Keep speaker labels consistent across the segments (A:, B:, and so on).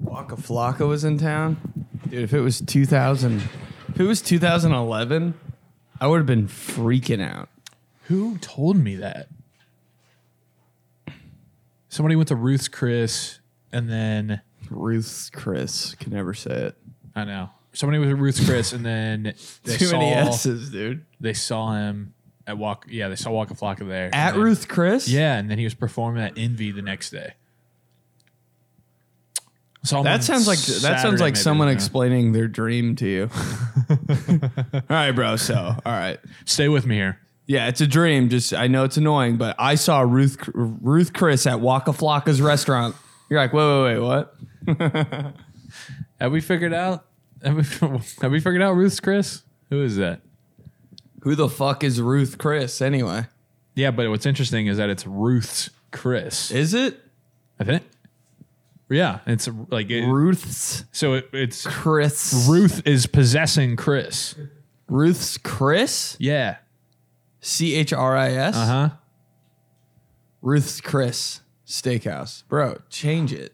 A: Waka Flocka was in town, dude, if it was 2000, if it was 2011, I would have been freaking out.
B: Who told me that? Somebody went to Ruth's Chris, and then
A: Ruth's Chris can never say it.
B: I know somebody was at Ruth's Chris, and then they
A: Too
B: saw
A: many S's, dude.
B: they saw him at walk. Yeah, they saw Waka Flocka there and
A: At
B: then-
A: Ruth Chris?
B: Yeah, and then he was performing at Envy the next day. Saw him on
A: That sounds like that sounds
B: Saturday,
A: like
B: maybe,
A: someone
B: yeah.
A: explaining their dream to you. all right, bro. So, all right.
B: Stay with me here.
A: Yeah, it's a dream. Just I know it's annoying, but I saw Ruth Ruth Chris at Waka Flocka's restaurant. You're like, wait, wait, wait, what?
B: Have we figured out? Have we, have we figured out Ruth's Chris? Who is that?
A: Who the fuck is Ruth Chris anyway?
B: Yeah, but what's interesting is that it's Ruth's Chris.
A: Is it
B: I think. Yeah, it's like it,
A: Ruth's
B: so. It, it's
A: Chris?
B: Ruth is possessing Chris.
A: Ruth's Chris?
B: Yeah.
A: C H R I S.
B: Uh huh.
A: Ruth's Chris Steakhouse, bro. Change it.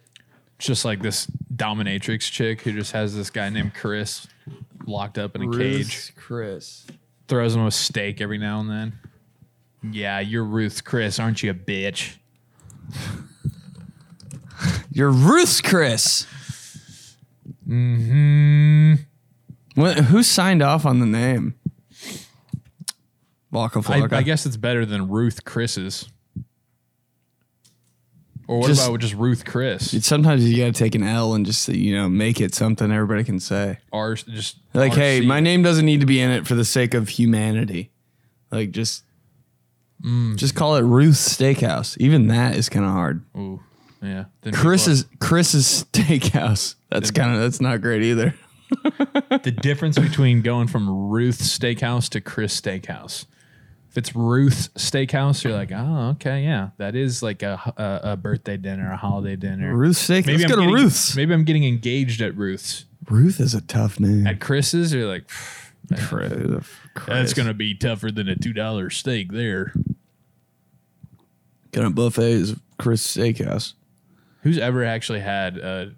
B: Just like this dominatrix chick who just has this guy named Chris locked up in a cage.
A: Ruth's Chris.
B: throws him a steak every now and then. Yeah, you're Ruth Chris, aren't you a bitch?
A: You're Ruth's Chris. Hmm. who signed off on the name? Waka
B: I,
A: Flocka.
B: I guess it's better than Ruth Chris's. Or what
A: Just-
B: about just Ruth Chris?
A: Sometimes you gotta take an L and just you know make it something everybody can say.
B: R just
A: Like, hey,
B: RC.
A: my name doesn't need to be in it for the sake of humanity. Like, just
B: Mm.
A: just call it Ruth's Steakhouse. Even that is kind of hard.
B: Ooh, yeah. Then people-
A: Chris's Chris's Steakhouse. That's kind of that's not great either.
B: the difference between going from Ruth's Steakhouse to Chris Steakhouse. If it's Ruth's Steakhouse, you're like, oh, okay, yeah, that is like a h- a, a birthday dinner, a holiday dinner.
A: Ruth's Steakhouse. Let's go
B: I'm
A: to
B: getting,
A: Ruth's.
B: Maybe I'm getting engaged at Ruth's.
A: Ruth is a tough name.
B: At Chris's, you're like. pff,
A: Chris.
B: That's gonna be tougher than a two dollar steak there.
A: Kind of buffet is Chris Steakhouse.
B: Who's ever actually had a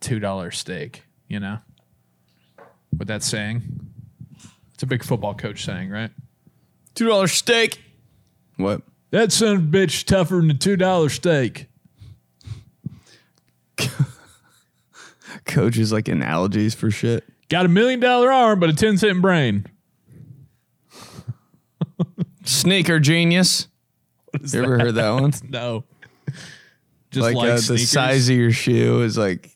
B: two dollar steak? You know, with that saying, it's a big football coach saying, right?
A: Two dollar steak. What?
B: That son of a bitch tougher than a two dollar steak.
A: Coaches like analogies for shit.
B: Got a million dollar arm, but a ten cent brain.
A: Sneaker genius. you ever heard that one?
B: No, just
A: like
B: like,
A: uh, the
B: sneakers.
A: size of your shoe is like.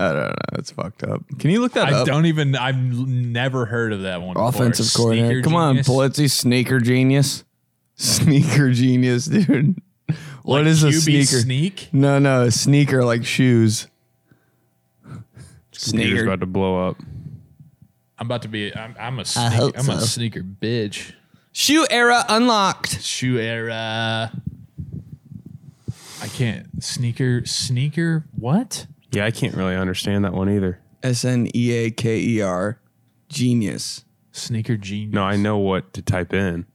A: I don't know. It's fucked up. Can you look that
B: I
A: up?
B: don't even. I've never heard of that one. before.
A: Offensive
B: Sneaker
A: coordinator. Come
B: genius?
A: on, Pulitzi. Sneaker genius. Sneaker genius, dude. What
B: Like
A: is a
B: QB
A: sneaker?
B: Sneak.
A: no, no, sneaker like shoes. Sneaker.
C: to blow up.
B: I'm about to be. I'm, I'm a. Sneak,
A: hope
B: I'm a
A: so.
B: sneaker bitch.
A: Shoe era unlocked.
B: shoe era. I can't sneaker sneaker what?
C: Yeah, I can't really understand that one either.
A: S N E A K E R. Genius.
B: Sneaker genius.
C: No, I know what to type in.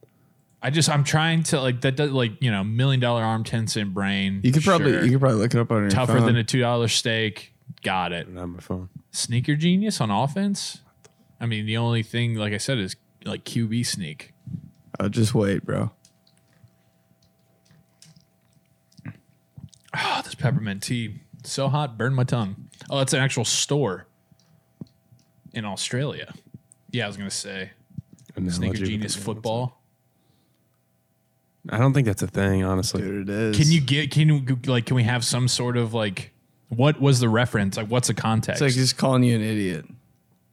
B: I just I'm trying to like that does like you know million dollar arm ten cent brain.
A: You could probably
B: sure.
A: you could probably look it up on your
B: tougher
A: phone.
B: than a two dollar steak. Got it.
C: Not my phone.
B: Sneaker genius on offense. I mean the only thing like I said is like QB sneak.
A: Oh, just wait, bro.
B: Oh, this peppermint tea so hot burned my tongue. Oh, that's an actual store in Australia. Yeah, I was gonna say sneaker
C: Analogy with
B: genius
C: the-
B: football.
C: I don't think that's a thing, honestly.
A: Dude, it is.
B: Can you get can you like can we have some sort of like what was the reference? Like what's the context?
A: It's like just calling you an idiot.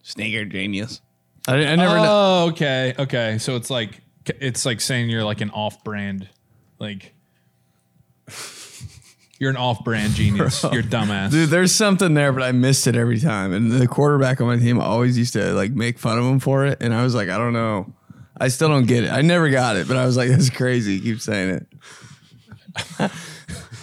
A: Sneaker genius. I, I never know.
B: oh, okay, okay. So it's like it's like saying you're like an off-brand, like you're an off-brand genius. You're dumbass.
A: Dude, there's something there, but I missed it every time. And the quarterback on my team always used to like make fun of him for it. And I was like, I don't know. I still don't get it. I never got it, but I was like, that's crazy. He keeps saying it.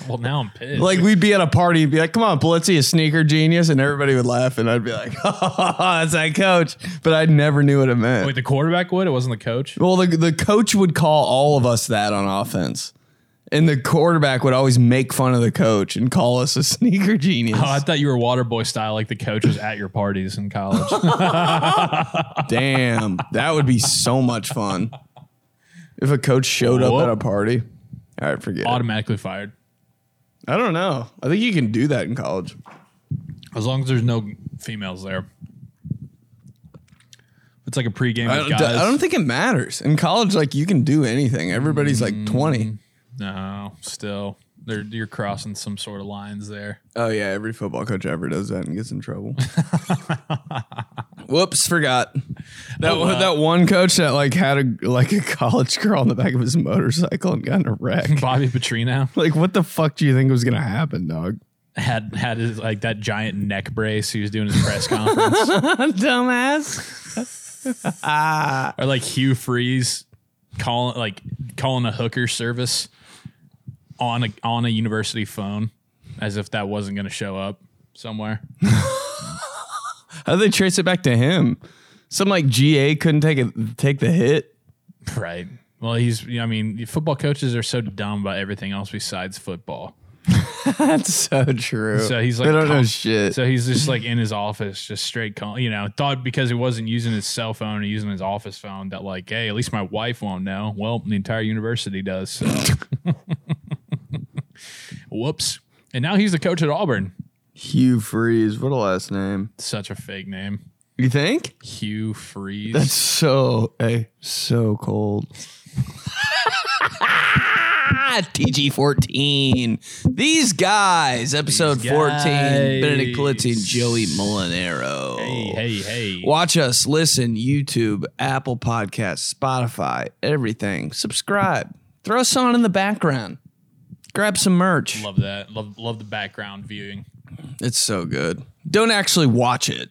B: Well, now I'm pissed.
A: Like we'd be at a party and be like, come on, Blitzy, a sneaker genius. And everybody would laugh. And I'd be like, oh, that's that coach. But I never knew what it meant.
B: wait, the quarterback would. It wasn't the coach.
A: Well, the, the coach would call all of us that on offense. And the quarterback would always make fun of the coach and call us a sneaker genius.
B: Oh, I thought you were water boy style, like the coach was at your parties in college.
A: Damn, that would be so much fun. If a coach showed
B: Whoop.
A: up at a party, all right, forget. it.
B: Automatically fired.
A: I don't know. I think you can do that in college.
B: As long as there's no females there. It's like a pregame
A: I
B: with
A: don't,
B: guys.
A: I don't think it matters in college. Like you can do anything. Everybody's like twenty.
B: no, still. They're, you're crossing some sort of lines there.
A: Oh yeah, every football coach ever does that and gets in trouble. Whoops, forgot that
B: Oh, wow.
A: that one coach that like had a like a college girl on the back of his motorcycle and got in a wreck.
B: Bobby Petrino
A: like, what the fuck do you think was gonna happen, dog?
B: had had his, like that giant neck brace he was doing his press conference.
A: Dumbass.
B: or like Hugh Freeze calling like calling a hooker service on a on a university phone as if that wasn't going to show up somewhere.
A: How do they trace it back to him? Some like GA couldn't take it, take the hit.
B: Right. Well, he's you know, I mean, football coaches are so dumb about everything else besides football.
A: That's so true.
B: So he's like
A: they don't know
B: com-
A: shit.
B: So he's just like in his office, just straight call. You know, thought because he wasn't using his cell phone or using his office phone that like, hey, at least my wife won't know. Well, the entire university does. So. Whoops. And now he's the coach at Auburn.
A: Hugh Freeze, what a last name.
B: Such a fake name,
A: You think?
B: Hugh Freeze.
A: That's so hey, so cold. TG fourteen. These guys, episode
B: These
A: fourteen. Benedict
B: guys.
A: Polizzi and Joey Molinaro.
B: hey, hey, hey.
A: Watch us, listen, YouTube, Apple Podcasts, Spotify, everything. Subscribe. Throw us on in the background. Grab some merch.
B: Love that. Love love the background viewing.
A: It's so good. Don't actually watch it.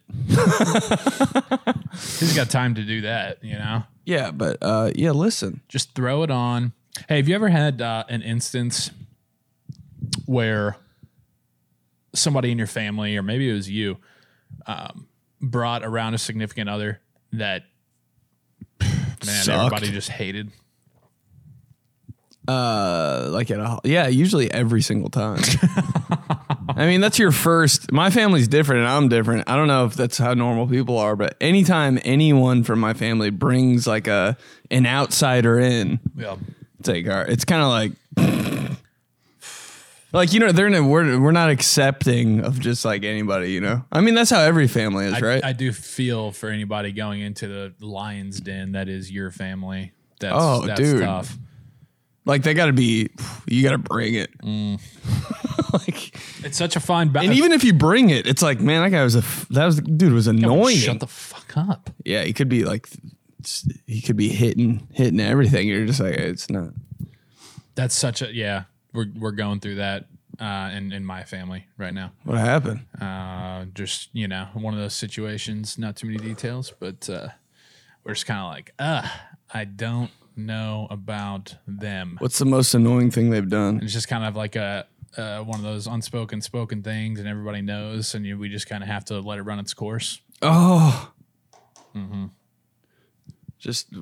B: Who's got time to do that? You know.
A: Yeah, but uh, yeah, listen.
B: just throw it on. Hey, have you ever had uh, an instance where somebody in your family, or maybe it was you, um, brought around a significant other that man
A: Sucked.
B: everybody just hated?
A: Uh, like at a yeah, usually every single time. I mean, that's your first. My family's different, and I'm different. I don't know if that's how normal people are, but anytime anyone from my family brings like a an outsider in,
B: Yeah,
A: it's like all right, it's kind of like. Like you know, they're in a, we're we're not accepting of just like anybody, you know. I mean, that's how every family is,
B: I,
A: right?
B: I do feel for anybody going into the lion's den that is your family. That's,
A: Oh,
B: that's
A: dude.
B: tough.
A: like they got to be, you got to bring it. like
B: It's such a fine balance.
A: Mm. And even if you bring it, it's like, man, that guy was a f- that was dude was annoying.
B: shut the fuck up.
A: yeah, he could be like, s- he could be hitting hitting everything. You're just like, it's not.
B: That's such a yeah. We're we're going through that uh, in in my family right now.
A: What happened?
B: uh, just you know one of those situations not too many details but uh, we're just kind of like uh i don't know about them
A: What's the most annoying thing they've done?
B: it's just kind of like a uh, one of those unspoken spoken things and everybody knows and you, we just kind of have to let it run its course
A: Oh, just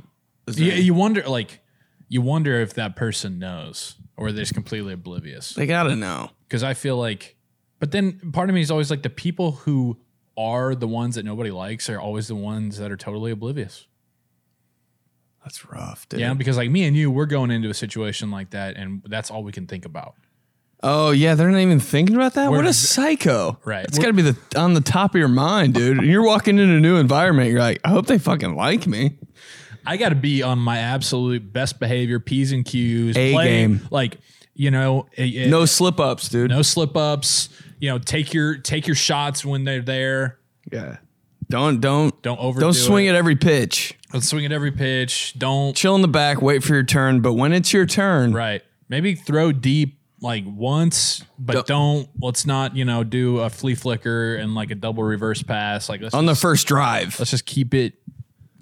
A: is
B: you,
A: there-
B: Mm-hmm. you wonder like you wonder if that person knows or they're just completely oblivious
A: they gotta know.
B: because i feel like but then part of me is always like the people who are the ones that nobody likes are always the ones that are totally oblivious
A: That's rough, dude.
B: Yeah, because like me and you, we're going into a situation like that, and that's all we can think about.
A: Oh yeah, they're not even thinking about that.
B: We're-
A: what a psycho!
B: Right.
A: It's got to be the on the top of your mind, dude. And you're walking into a new environment. You're like, I hope they fucking like me.
B: I got to be on my absolute best behavior, p's and q's,
A: A game.
B: like you know, it- it-
A: No slip ups, dude.
B: no slip ups. You know, take your take your shots when they're there.
A: Yeah. Don't don't
B: Don't overdo
A: Don't swing
B: it.
A: at every pitch.
B: Don't swing at every pitch. Don't
A: Chill in the back, wait for your turn. But when it's your turn,
B: right. Maybe throw deep like once, but don't. Let's not you know do a flea flicker and like a double reverse pass. Like let's
A: on
B: just,
A: the first drive,
B: let's just keep it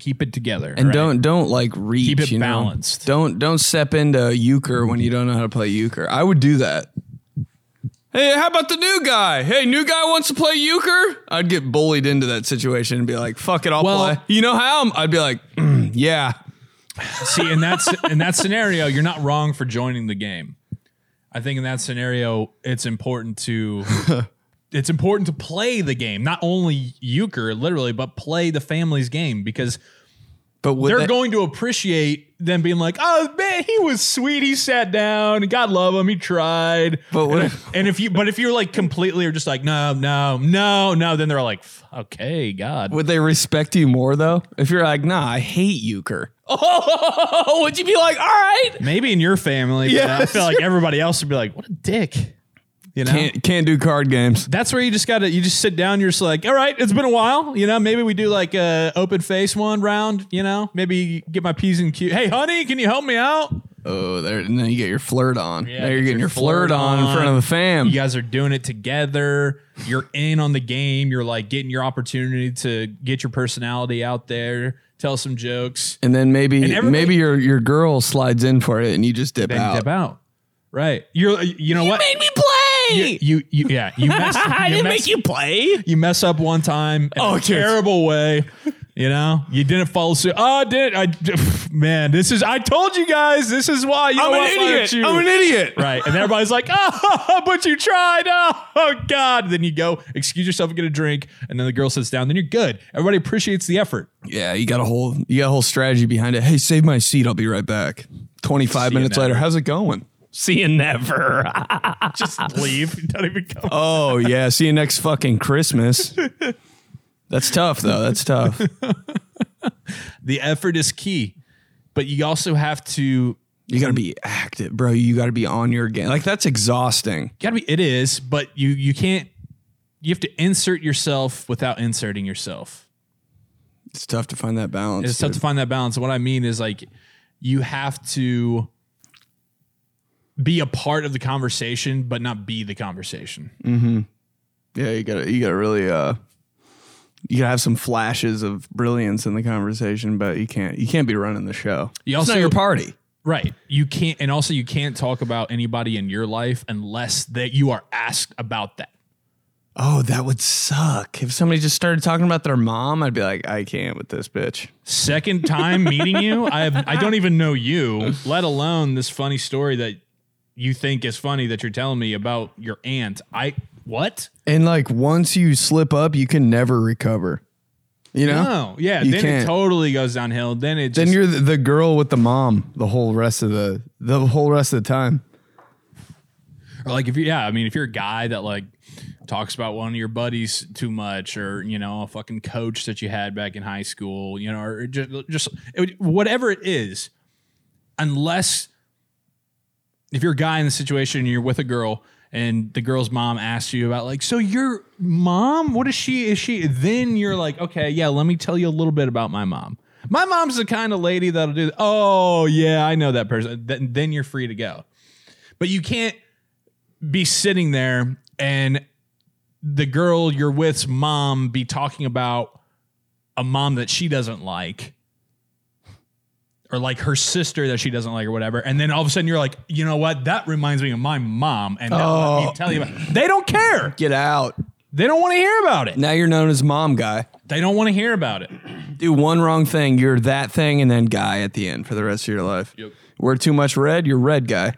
B: keep it together
A: and don't don't like reach.
B: Keep it
A: you know?
B: balanced.
A: Don't don't step into euchre when you don't know how to play euchre. I would do that. Hey, how about the new guy? Hey, new guy wants to play euchre. I'd get bullied into that situation and be like, "Fuck it, I'll
B: Well-
A: play." You know how? I'd be like, "Mm, "Yeah,
B: See, in that in that scenario, you're not wrong for joining the game I think in that scenario, it's important to it's important to play the game, not only euchre literally, but play the family's game because
A: But would
B: they're
A: that-
B: going to appreciate them being like, "Oh man, he was sweet. He sat down. God love him. He tried."
A: But what
B: and,
A: if-
B: and if you but if you're like completely or just like, "No, no, no, no," then they're like, "F- "Okay, God."
A: would they respect you more though? If you're like, nah, I hate euchre. Oh, would you be like, all right?
B: Maybe in your family, but
A: Yeah,
B: I feel like everybody else would be like, "What a dick." You know?
A: Can't can't do card games.
B: that's where you just gotta you just sit down you're just like all right it's been a while you know maybe we do like a open face one round you know maybe get my p's and q hey honey can you help me out
A: Oh, there. And then you get your flirt on.
B: Yeah,
A: now you're
B: get
A: getting your
B: your
A: flirt,
B: flirt
A: on, in front
B: on.
A: of the fam.
B: you guys are doing it together you're in on the game you're like getting your opportunity to get your personality out there tell some jokes
A: And then maybe
B: And everybody-
A: maybe your your girl slides in for it, and you just dip
B: then
A: out.
B: dip out right you're you know what
A: me play.
B: you, you you- yeah you mess,
A: I
B: you,
A: didn't
B: mess
A: make you play.
B: you mess up one time in
A: Oh,
B: a
A: yes.
B: terrible way. You know, you didn't follow suit. Oh, I did I? Man, this is. I told you guys, this is why. You know
A: I'm
B: what,
A: an
B: why don't
A: idiot.
B: You.
A: I'm an idiot.
B: Right, and everybody's like, "Oh, but you tried." Oh, oh, God! Then you go, excuse yourself, and get a drink, and then the girl sits down. Then you're good. Everybody appreciates the effort.
A: Yeah, you got a whole you got a whole strategy behind it. Hey, save my seat. I'll be right back. Twenty five
B: See you
A: minutes
B: never.
A: later, how's it going? See you never.
B: Just leave. You Don't even come.
A: oh yeah, see you next fucking Christmas. That's tough though. That's tough.
B: The effort is key, but you also have to
A: You got to be active, bro. You got to be on your game. Like that's exhausting.
B: You gotta be it is but you you can't you have to insert yourself without inserting yourself
A: It's tough to find that balance.
B: it's tough
A: dude.
B: to find that balance what i mean is like you have to be a part of the conversation but not be the conversation
A: yeah, you got to you got to really uh you got to have some flashes of brilliance in the conversation, but you can't you can't be running the show.
B: You
A: it's
B: also-
A: not your party.
B: right you can't and also you can't talk about anybody in your life unless that you are asked about that
A: Oh, that would suck. If somebody just started talking about their mom, I'd be like, I can't with this bitch.
B: second time meeting you i have, i don't even know you let alone this funny story that you think is funny that you're telling me about your aunt i what
A: And like once you slip up, you can never recover. You know?
B: No, yeah.
A: You
B: then
A: can't.
B: it totally goes downhill. Then it
A: Then
B: just,
A: you're the, the girl with the mom the whole rest of the the whole rest of the time.
B: or like if you yeah, I mean if you're a guy that like talks about one of your buddies too much, or you know a fucking coach that you had back in high school, you know, or just just it would- whatever it is, unless if you're a guy in the situation and you're with a girl and the girl's mom asks you about like so your mom what is she is she then you're like okay yeah let me tell you a little bit about my mom my mom's the kind of lady that'll do oh yeah i know that person Th- then you're free to go but you can't be sitting there and the girl you're with's mom be talking about a mom that she doesn't like or like her sister that she doesn't like or whatever and then all of a sudden you're like you know what that reminds me of my mom and now let
A: Oh.
B: me tell you about they don't care
A: Get out.
B: they don't want to hear about it
A: Now you're known as mom guy.
B: they don't want to hear about it
A: Do one wrong thing, you're that thing and then guy at the end for the rest of your life.
B: Yep.
A: Wear too much red, you're red guy.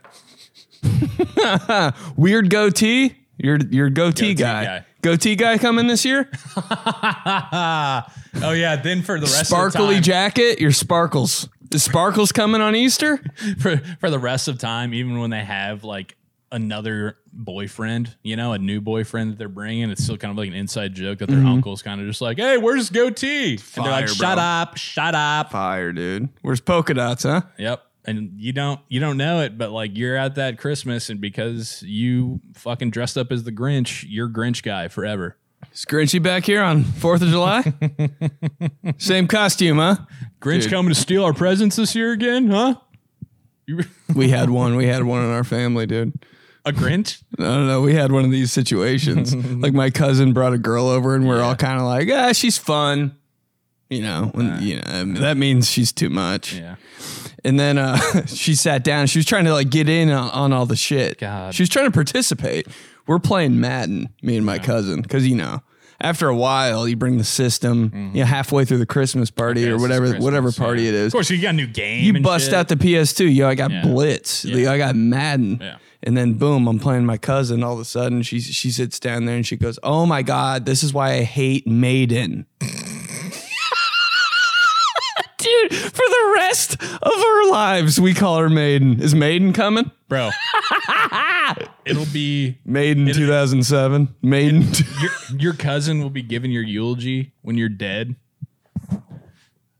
A: Weird goatee, you're you're goatee,
B: Goatee
A: guy.
B: guy.
A: Goatee guy coming this year?
B: oh yeah then for the rest
A: sparkly
B: of time,
A: jacket, your sparkles. The sparkles coming on Easter?
B: for, for the rest of time even when they have like another boyfriend you know a new boyfriend that they're bringing it's still kind of like an inside joke that their uncle's kind of just like hey where's goatee and they're like
A: Mm-hmm. Fire,
B: shut
A: bro.
B: up shut up
A: Fire, dude. Where's polka dots, huh?
B: Yep. And you don't you don't know it, but like you're at that Christmas, and because you fucking dressed up as the Grinch, you're Grinch guy forever.
A: Is Grinchy back here on 4th of July? Same costume, huh?
B: Grinch
A: Dude.
B: coming to steal our presents this year again, huh? You,
A: We had one. We had one in our family, dude.
B: a Grinch?
A: I don't know. We had one of these situations. like my cousin brought a girl over, and we're all kind of like, ah, she's fun. You know, when, you know I mean, that means she's too much.
B: Yeah.
A: And then uh, she sat down. She was trying to like get in on, on all the shit.
B: God.
A: She was trying to participate. We're playing Madden, me and my cousin, because you know, after a while, you bring the system. You know, halfway through the Christmas party
B: Mm-hmm.
A: or
B: Okay, it's
A: whatever,
B: Christmas,
A: whatever party
B: yeah.
A: it is.
B: Of course, you got a new game.
A: You
B: and
A: bust
B: shit.
A: out the PS2. Yo, I got
B: Yeah.
A: Blitz. Yo, I got Madden.
B: Yeah.
A: And then boom, I'm playing my cousin. All of a sudden, she she sits down there and she goes, "Oh my god, this is why I hate Maiden." Dude, for the rest of our lives, we call her Maiden. Is Maiden coming?
B: bro. it'll be
A: Maiden 2007. Maiden.
B: your your cousin will be giving your eulogy when you're dead.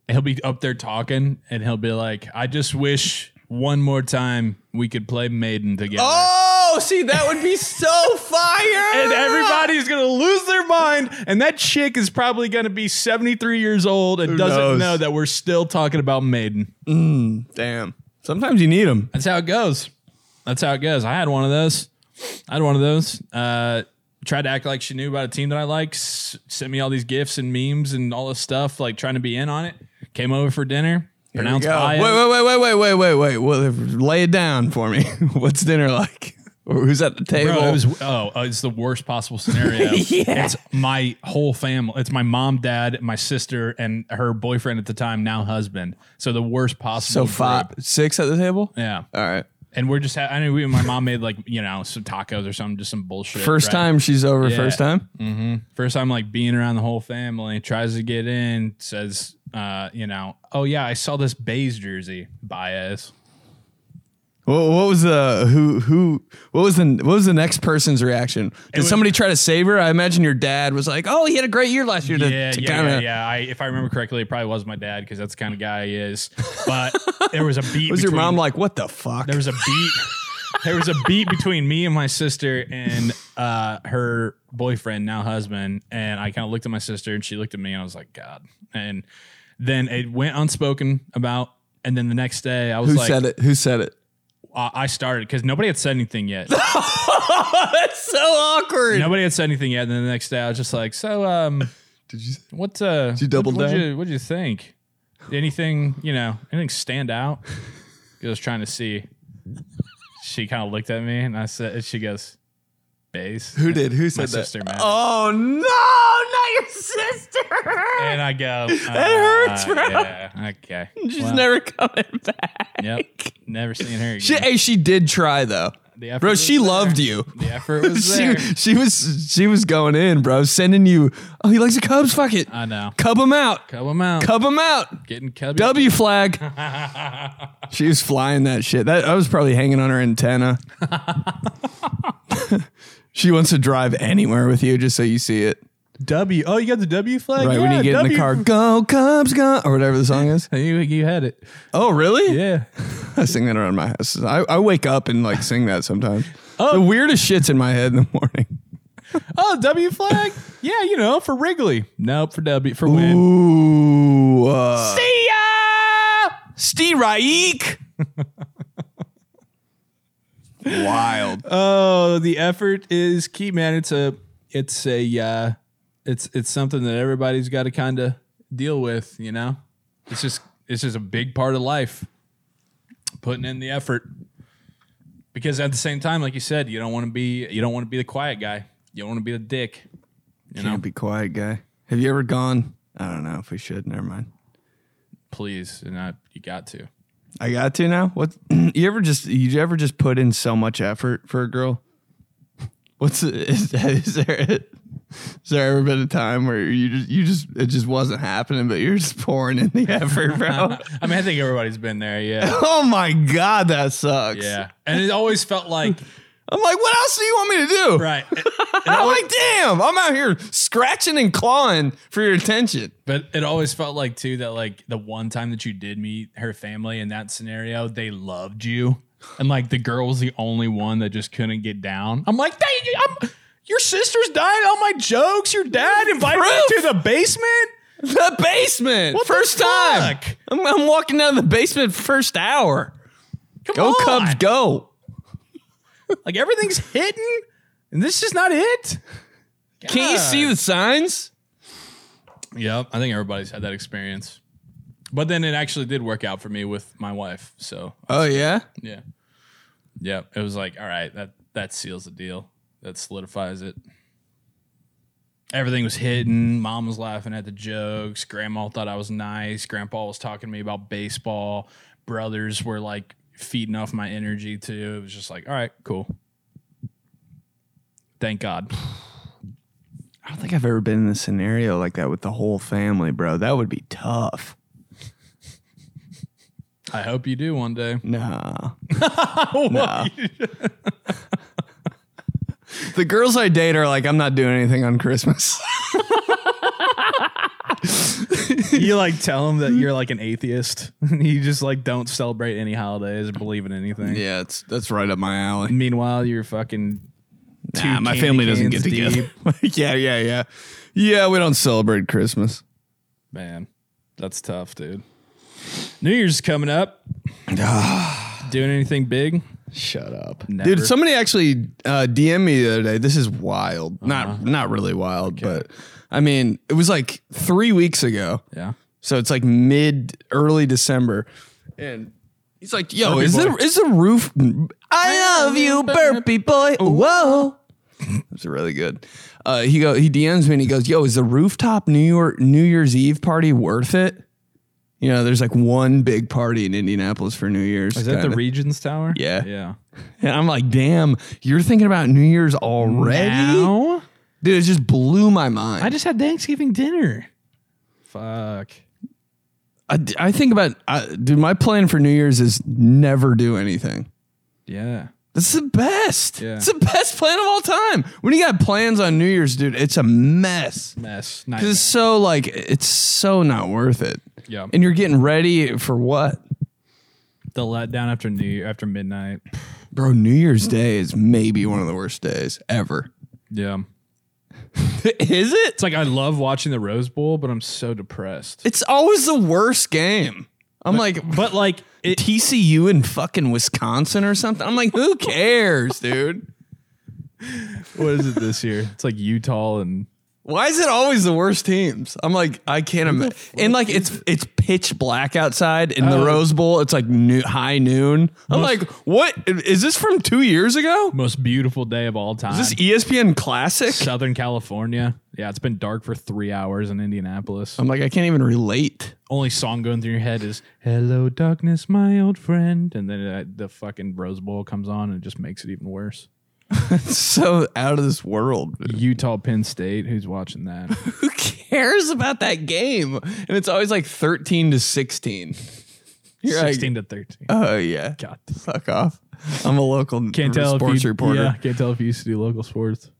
B: He'll be up there talking, and he'll be like, "I just wish one more time we could play Maiden together."
A: oh, see, that would be so fire.
B: And everybody's gonna lose their mind, and that chick is probably gonna be 73 years old and doesn't
A: knows?
B: know that we're still talking about Maiden.
A: Damn. Sometimes you need them.
B: That's how it goes. That's how it goes. I had one of those. I had one of those. Uh, tried to act like she knew about a team that I like. S- sent me all these gifts and memes and all this stuff, like trying to be in on it. Came over for dinner. Pronounced
A: Wait,
B: Paya.
A: wait, wait, wait, wait, wait, wait, wait. Well, lay it down for me. What's dinner like? Or who's at the table?
B: Bro, it was oh, uh, it's the worst possible scenario.
A: Yeah.
B: It's my whole family. It's my mom, dad, my sister, and her boyfriend at the time, now husband. So the worst
A: so
B: possible.
A: five,
B: group.
A: six at the table.
B: Yeah,
A: All right.
B: and we're just. Ha- I knew we, my mom made like you know some tacos or something, just some bullshit.
A: First
B: right?
A: time she's over.
B: Yeah.
A: First time.
B: first time like being around the whole family tries to get in says uh you know oh yeah i saw this bays jersey bias
A: What, what was the who who? What was the what was the next person's reaction? Did
B: was-
A: somebody try to save her? I imagine your dad was like, "Oh, he had a great year last year." To,
B: yeah
A: to
B: yeah,
A: kinda,
B: yeah yeah i if i remember correctly it probably was my dad because that's the kind of guy he is but there was a beat
A: Was your
B: between-
A: mom like, "What the fuck"?
B: there was a beat there was a beat between me and my sister and uh her boyfriend now husband and i kind of looked at my sister and she looked at me and i was like god and then it went unspoken about and then the next day i was
A: who
B: like
A: said it? Who said it?
B: I uh, I started because nobody had said anything yet.
A: That's so awkward.
B: nobody had said anything yet. And then the next day, I was just like, "So, um,
A: Did you?
B: what? Uh,
A: you double
B: what,
A: down?
B: What'd you, what'd you think? Anything? You know, anything stand out?" 'Cause I was trying to see. She kind of looked at me, and I said, and "She goes, base."
A: Who did? Who said
B: My
A: that?
B: sister, man.
A: Oh no, not your sister.
B: And I go, "It
A: hurts, bro."
B: Yeah, okay.
A: She's
B: Well,
A: never coming back.
B: Yep. Never seen her again.
A: She, hey, she did try though.
B: The effort
A: Bro,
B: was
A: she
B: there.
A: loved you.
B: The effort was
A: She,
B: there.
A: she was she was going in, bro, sending you. Oh, he likes the Cubs. Fuck it,
B: I know.
A: Cub him out,
B: Cub him out.
A: Cub him out.
B: Getting cubby.
A: W flag. she was flying that shit. That I was probably hanging on her antenna. she wants to drive anywhere with you, just so you see it.
B: W. Oh, you got the W flag.
A: Right when
B: Yeah,
A: you get in the
B: W.
A: car, go Cubs, go or whatever the song is.
B: You you had it.
A: Oh, really?
B: Yeah.
A: I sing that around my house. I, I wake up and like sing that sometimes. The weirdest shit's in my head in the morning.
B: Oh, W flag? yeah, you know, for Wrigley. Nope, for W for win.
A: Ooh. Uh, See ya! Steve Raik. Wild.
B: Oh, the effort is key, man. It's a it's a uh it's it's something that everybody's gotta kinda deal with, you know? It's just it's just a big part of life. Putting in the effort. Because at the same time, like you said, you don't want to be you don't want to be the quiet guy. You don't want to be the dick.
A: Can't be quiet, guy. Have you ever gone? I don't know if we should. Never mind.
B: Please. And I you got to.
A: I got to now. What you ever just you ever just put in so much effort for a girl? What's the, is, is there is there ever been a time where you just you just it just wasn't happening, but you're just pouring in the effort, bro?
B: I mean, I think everybody's been there, yeah.
A: oh my god, that sucks.
B: Yeah. And it always felt like
A: I'm like, what else do you want me to do?
B: right.
A: I'm like, damn, I'm out here scratching and clawing for your attention.
B: But it always felt like too that like the one time that you did meet her family in that scenario, they loved you, and like the girl was the only one that just couldn't get down. I'm like, "Dang, I'm, your sister's dying on my jokes. Your dad invited me to the basement.
A: The basement.
B: What the
A: first time.
B: fuck?
A: I'm, I'm walking down the basement first hour.
B: Come
A: Go
B: on.
A: Cubs, go.
B: Like everything's hidden, and this is not it.
A: Can't you see the signs?
B: Yep, I think everybody's had that experience. But then it actually did work out for me with my wife. So
A: Oh yeah.
B: Yeah. Yeah. It was like, all right, that that seals the deal. That solidifies it. Everything was hidden. Mom was laughing at the jokes. Grandma thought I was nice. Grandpa was talking to me about baseball. Brothers were like feeding off my energy too. It was just like, all right, cool. Thank God.
A: I don't think I've ever been in a scenario like that with the whole family, bro. That would be tough.
B: I hope you do one day.
A: Nah. nah. the girls I date are like, I'm not doing anything on Christmas.
B: you like tell them that you're like an atheist. you just like don't celebrate any holidays or believe in anything.
A: yeah, it's that's right up my alley.
B: Meanwhile, you're fucking. two
A: Nah, my
B: candy
A: family doesn't get
B: canes
A: together.
B: deep.
A: yeah, yeah, yeah. Yeah, we don't celebrate Christmas.
B: Man, that's tough, dude. New Year's is coming up. Doing anything big?
A: Shut up.
B: Never.
A: Dude, somebody actually uh, DM me the other day. This is wild. Not
B: Uh-huh.
A: not really wild, but I mean, it was like three weeks ago.
B: Yeah.
A: So it's like mid early December. And he's like, yo, is
B: boy.
A: the is the roof I love you, burpee boy. Whoa. That's really good. Uh, he go he DMs me and he goes, Yo, is the rooftop New York New Year's Eve party worth it? You know, there's like one big party in Indianapolis for New Year's.
B: Is that the
A: kinda.
B: Regent's Tower?
A: Yeah.
B: Yeah.
A: And I'm like, damn, you're thinking about New Year's already?
B: Now?
A: Dude, it just blew my mind.
B: I just had Thanksgiving dinner. Fuck.
A: I, I think about, I, dude, my plan for New Year's is never do anything.
B: Yeah.
A: That's the best.
B: Yeah.
A: It's the best plan of all time. When you got plans on New Year's, dude, it's a mess.
B: Mess.
A: Because it's so like, it's so not worth it.
B: Yeah.
A: And you're getting ready for what?
B: the letdown after New Year, after midnight.
A: Bro, New Year's Day is maybe one of the worst days ever.
B: Yeah.
A: is it?
B: It's like I love watching the Rose Bowl, but I'm so depressed.
A: It's always the worst game. I'm like,
B: But like it,
A: TCU in fucking Wisconsin or something. I'm like, who cares, dude?
B: what is it this year? It's like Utah and
A: Why is it always the worst teams? I'm like, I can't imagine. And like, it's it's pitch black outside in the
B: Oh.
A: Rose Bowl. It's like noo- high noon. I'm like, what is this from two years ago?
B: most beautiful day of all time.
A: Is this E ESPN Classic?
B: Southern California. Yeah, it's been dark for three hours in Indianapolis.
A: I'm like, I can't even relate.
B: Only song going through your head is "Hello, darkness, my old friend," and then uh, the fucking Rose Bowl comes on and it just makes it even worse.
A: It's so out of this world. dude.
B: Utah, Penn State. Who's watching that?
A: Who cares about that game? And it's always like 13 to 16. You're like,
B: Sixteen to thirteen.
A: oh yeah,
B: God,
A: fuck off. I'm a local
B: can't tell
A: sports
B: if you,
A: reporter.
B: Yeah, can't tell if you used to do local sports.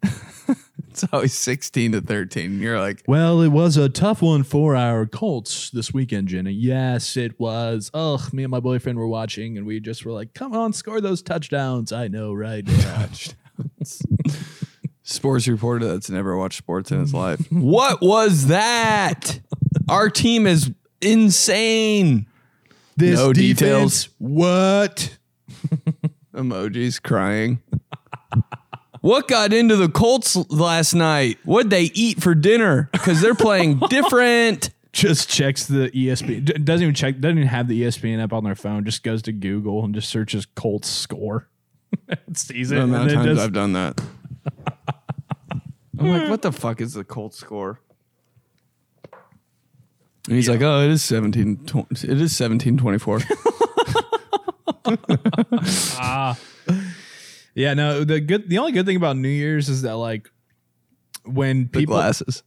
A: It's always 16 to 13. You're like,
B: Well, it was a tough one for our Colts this weekend, Jenny. Yes, it was. Ugh, me and my boyfriend were watching, and we just were like, "Come on, score those touchdowns!" I know, right? Yeah.
A: sports reporter that's never watched sports in his life. what was that? Our team is insane.
B: this
A: No details.
B: What?
A: Emojis crying. what got into the Colts last night? What'd they eat for dinner? Because they're playing different.
B: Just checks the ESPN. d- Doesn't even check. Doesn't even have the E ESPN app on their phone. Just goes to Google and just searches Colts score. It Sees it.
A: The
B: and
A: amount of
B: then
A: times
B: does-
A: I've done that. I'm like, what the fuck is the Colts score? And he's like, oh, it is 17 tw- it is 17 24.
B: yeah, no. The good. The only good thing about New Year's is that like when people
A: glasses.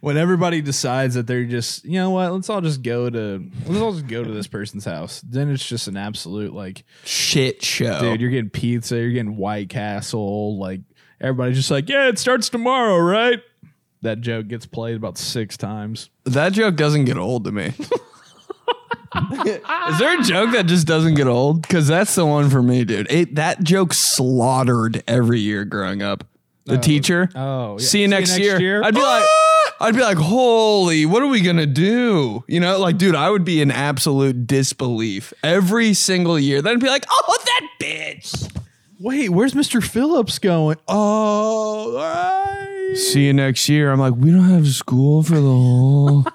B: when everybody decides that they're just you know what let's all just go to let's all just go to this person's house then it's just an absolute like
A: Shit show.
B: dude you're getting pizza you're getting white castle like everybody's just like yeah it starts tomorrow right that joke gets played about six times
A: that joke doesn't get old to me. is there a joke that just doesn't get old? Because that's the one for me, dude. It, that joke slaughtered every year growing up. The teacher.
B: oh, yeah.
A: See you next, year. I'd be like, I'd be like, holy, what are we gonna do? You know, like, dude, I would be in absolute disbelief every single year. Then I'd be like, oh, that bitch.
B: wait where's mr phillips going oh all right.
A: See you next year. I'm like, we don't have school for the whole.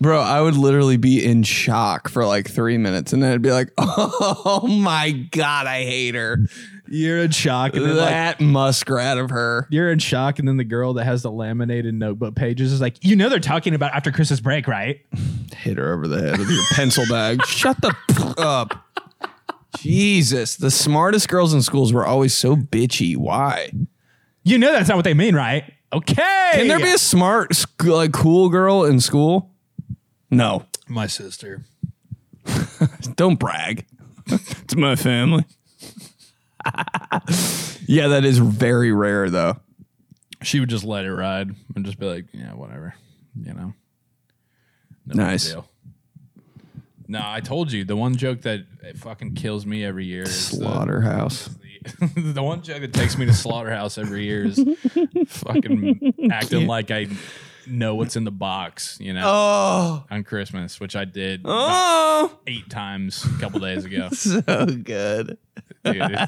A: Bro, I would literally be in shock for like three minutes, and then I'd be like, "Oh my god, I hate her!
B: you're in shock and then like
A: That muskrat of her."
B: you're in shock, and then the girl that has the laminated notebook pages is like, "You know they're talking about after Christmas break, right?"
A: Hit her over the head with your pencil bag. Shut the f- up. Jesus, the smartest girls in schools were always so bitchy. Why?
B: You know that's not what they mean, right? Okay.
A: Can there be a smart, sc- like cool girl in school? No.
B: my sister?
A: Don't brag. to my family. yeah, that is very rare though.
B: She would just let it ride and just be like, yeah, whatever, you know. No big
A: Nice.
B: deal. No, I told you the one joke that it fucking kills me every year. Is the,
A: Slaughterhouse.
B: the, the one joke that takes me to slaughterhouse every year is fucking acting like I know what's in the box, you know,
A: Oh.
B: on Christmas, which I did about
A: Oh.
B: eight times a couple days ago.
A: So good.
B: dude.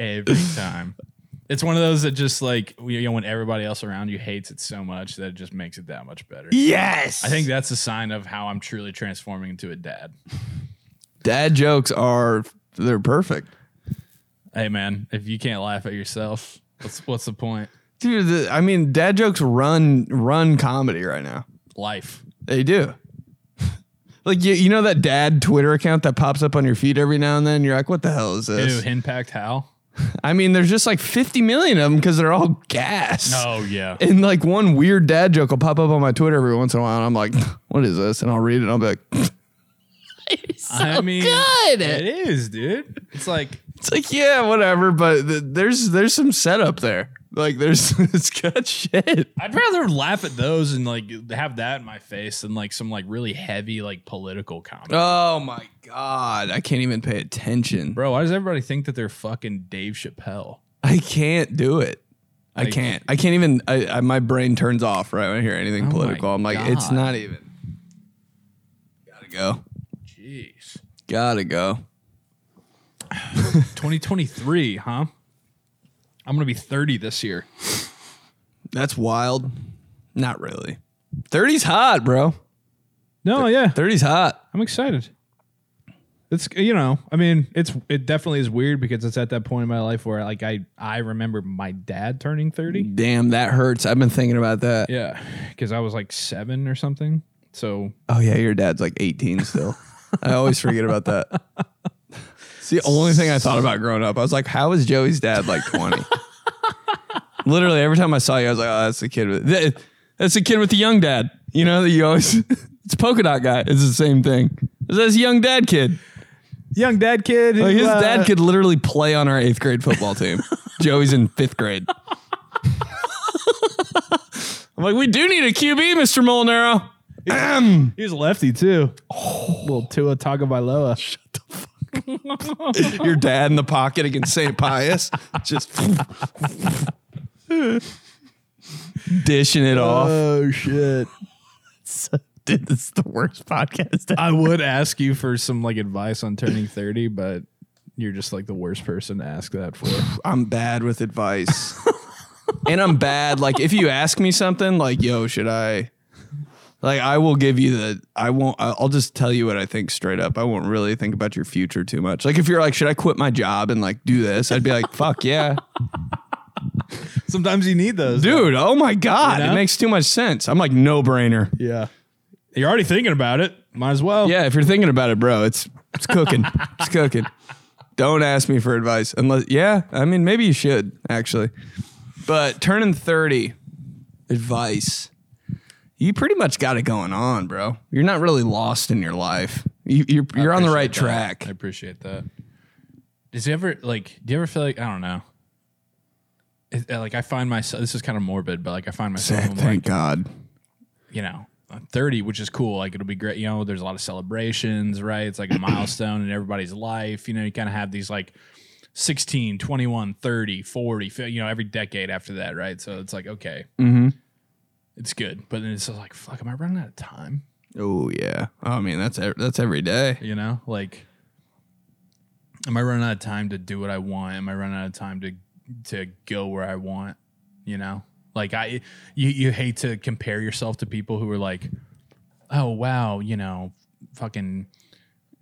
B: Every time. It's one of those that just like you know when everybody else around you hates it so much that it just makes it that much better.
A: Yes.
B: I think that's a sign of how I'm truly transforming into a dad.
A: dad jokes are they're perfect.
B: Hey man, if you can't laugh at yourself, what's what's the point?
A: Dude, the, I mean, dad jokes run run comedy right now.
B: Life.
A: They do. like you, you know that dad Twitter account that pops up on your feed every now and then. You're like, what the hell is
B: Ew,
A: this?
B: impact how?
A: I mean, there's just like 50 million of them because they're all gas.
B: Oh yeah.
A: And like one weird dad joke will pop up on my Twitter every once in a while, and I'm like, "What is this?" And I'll read it. And I'll be like,
B: I mean
A: good.
B: it is, dude. It's like
A: "It's like, yeah, whatever." But th- there's there's some setup there. Like there's it's good shit.
B: I'd rather laugh at those and like have that in my face than like some like really heavy like political comedy.
A: Oh my god, I can't even pay attention.
B: Bro, why does everybody think that they're fucking Dave Chappelle?
A: I can't do it. I
B: Like-
A: can't. I can't even. I, I my brain turns off right when I hear anything
B: my
A: political. I'm like, it's
B: God.
A: not even. Gotta go.
B: Jeez.
A: Gotta go.
B: 2023, huh? I'm gonna be 30 this year.
A: That's wild. Not really. 30's hot, bro.
B: No, yeah,
A: 30's hot.
B: I'm excited. It's you know, I mean, it's it definitely is weird because it's at that point in my life where like I I remember my dad turning 30.
A: Damn, that hurts. I've been thinking about that.
B: Yeah, because I was like seven or something. So
A: Oh yeah, your dad's like 18 still. I always forget about that. It's the only thing I thought about growing up. I was like, how is Joey's dad like 20? Literally every time I saw you, I was like, oh, that's the kid with th- that's the kid with the young dad. You know that you always it's polka dot guy. It's the same thing. It's this young dad kid.
B: young dad kid, uh,
A: Like his Oh, dad could literally play on our eighth grade football team. Joey's in fifth grade. I'm like, we do need a QB, Mr. Molinaro.
B: he was lefty too. Oh. Little Tua Tagovailoa.
A: your dad in the pocket against St. Pius, just dishing it off.
B: Oh shit.
A: Dude, this is the worst podcast.
B: I would ask you for some like advice on turning 30, but you're just like the worst person to ask that for.
A: I'm bad with advice, and I'm bad. Like if you ask me something, like yo, should I? Like I will give you the I won't I- I'll just tell you what I think straight up. I won't really think about your future too much. Like if you're like, should I quit my job and like do this? I'd be like, fuck yeah.
B: Sometimes you need those.
A: Dude, oh my god.
B: You know?
A: It makes too much sense. I'm like no brainer.
B: Yeah. You're already thinking about it. Might as well.
A: Yeah, if you're thinking about it, bro, it's it's cooking. it's cooking. Don't ask me for advice unless yeah, I mean maybe you should actually. But turning 30, advice. You pretty much got it going on, bro. You're not really lost in your life. You, you're you're on the right
B: Appreciate that.
A: track.
B: I appreciate that. Does he ever like do you ever feel like I don't know? It- uh, like I find myself this is kind of morbid, but like I find myself I'm like,
A: Thank God.
B: you know, I'm 30, which is cool. Like it'll be great. You know, there's a lot of celebrations, right? It's like a milestone in everybody's life. You know, you kind of have these like 16, 21, 30, 40, fi- you know, every decade after that, right? So it's like, okay,
A: Mm-hmm.
B: it's good. But then it's just like, fuck, am I running out of time?
A: Oh yeah. I mean that's ev- that's every day.
B: You know, like, am I running out of time to do what I want? Am I running out of time to to go where I want? You know, like I, you you hate to compare yourself to people who are like, oh wow, you know, fucking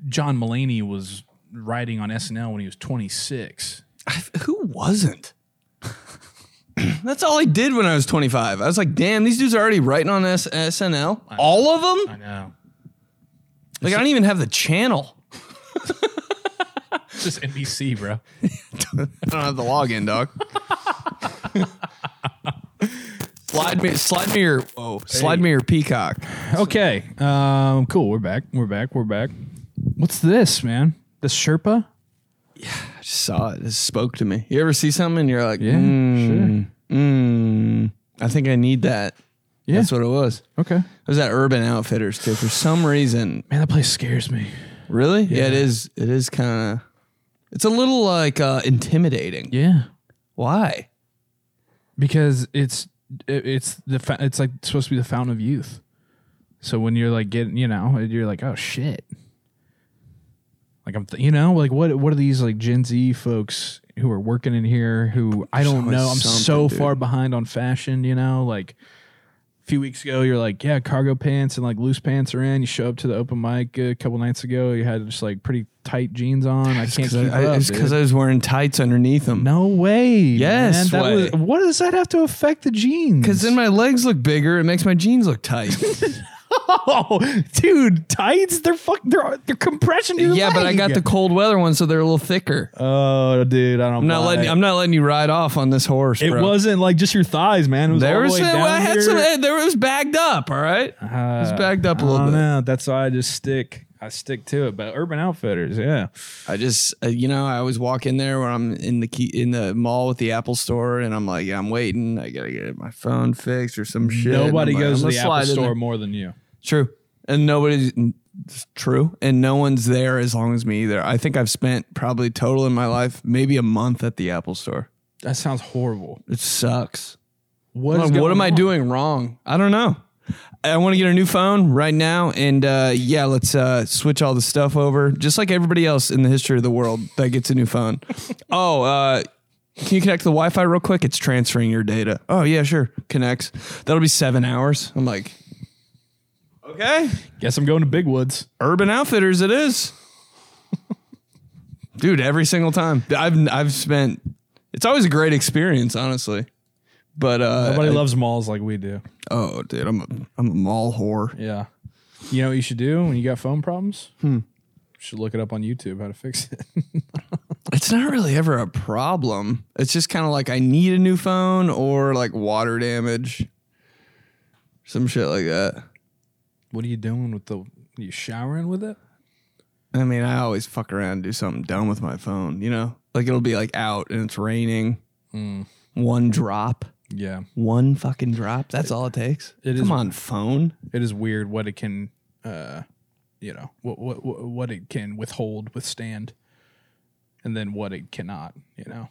B: John Mulaney was writing on SNL when he was 26.
A: I, who wasn't? That's all I did when I was 25. I was like, damn, these dudes are already writing on S- SNL. All of them?
B: I know.
A: Like I don't even have the channel.
B: It's just NBC, bro.
A: I don't have the login, dog. slide me, slide me your, whoa, slide me your peacock.
B: Okay. Um, cool. We're back. We're back. We're back. What's this, man? The Sherpa?
A: I just saw it. It spoke to me. You ever see something and you're like, yeah,
B: sure.
A: mm, I think I need that.
B: Yeah.
A: That's what it was.
B: Okay.
A: It was that Urban Outfitters too. For some reason,
B: Man, that place scares me.
A: really, yeah, it is. It is kind of. It's a little like uh, intimidating.
B: Yeah.
A: Why?
B: Because it's it- it's the fa- it's like supposed to be the fountain of youth. So when you're like getting, you know, you're like, oh shit. Like I'm, th- you know, like what what are these like Gen Z folks who are working in here who I don't
A: Showing
B: know. I'm so
A: something,
B: far
A: dude.
B: behind on fashion, you know, like. A few weeks ago, you're like, yeah, cargo pants and like loose pants are in. You show up to the open mic a couple nights ago. You had just like pretty tight jeans on. I can't keep
A: I,
B: up.
A: it's
B: dude.
A: because I was wearing tights underneath them.
B: No way.
A: Yes,
B: man. That
A: way.
B: was- what does that have to affect the jeans?
A: Because then my legs look bigger. It makes my jeans look tight.
B: oh, dude, tights. They're fuck. They're they're compression. to your
A: yeah, but I
B: leg.
A: got the cold weather ones, so they're a little thicker.
B: Oh, dude, I don't.
A: I'm not letting. I'm not letting you ride off on this horse.
B: it
A: bro.
B: wasn't like just your thighs, man. It was
A: There
B: all the
A: was
B: way
A: some,
B: down
A: I had
B: here.
A: some. hey, There was bagged up. All right,
B: Uh,
A: it's bagged up a
B: I
A: little
B: don't
A: bit.
B: know. That's why I just stick. I stick to it. But Urban Outfitters, yeah.
A: I just, uh, you know, I always walk in there when I'm in the key, in the mall with the Apple Store, and I'm like, yeah, I'm waiting. I gotta get my phone fixed or some shit. And
B: Nobody
A: I'm like,
B: goes
A: I'm
B: to
A: gonna
B: the Apple
A: slide in
B: Store
A: there.
B: more than you.
A: True, and nobody's it's true, and no one's there as long as me either. I think I've spent probably total in my life maybe a month at the Apple Store.
B: That sounds horrible.
A: It sucks.
B: What?
A: Like,
B: is
A: what
B: going
A: am I
B: on?
A: doing wrong? I don't know. I want to get a new phone right now, and uh, yeah, let's uh, switch all the stuff over, just like everybody else in the history of the world that gets a new phone. oh, uh, can you connect to the Wi-Fi real quick? It's transferring your data. Oh yeah, sure. Connects. That'll be seven hours. I'm like, okay.
B: Guess I'm going to Big Woods.
A: Urban Outfitters, it is. Dude, every single time I've I've spent. It's always a great experience, honestly. But uh,
B: Nobody
A: I-
B: loves malls like we do.
A: Oh, dude, I'm a, I'm a mall whore.
B: Yeah. You know what you should do when you got phone problems? Hmm. Should look it up on YouTube how to fix it.
A: It's not really ever a problem. It's just kind of like I need a new phone or like water damage, some shit like that.
B: what are you doing with the? You showering with it?
A: I mean, I always fuck around and do something dumb with my phone, you know? Like it'll be like out and it's raining. One drop,
B: Yeah,
A: one fucking drop. That's all it takes.
B: it
A: Come
B: is-
A: on, phone.
B: it is weird what it can, uh, you know, what what what what it can withhold, withstand, and then what it cannot. You know,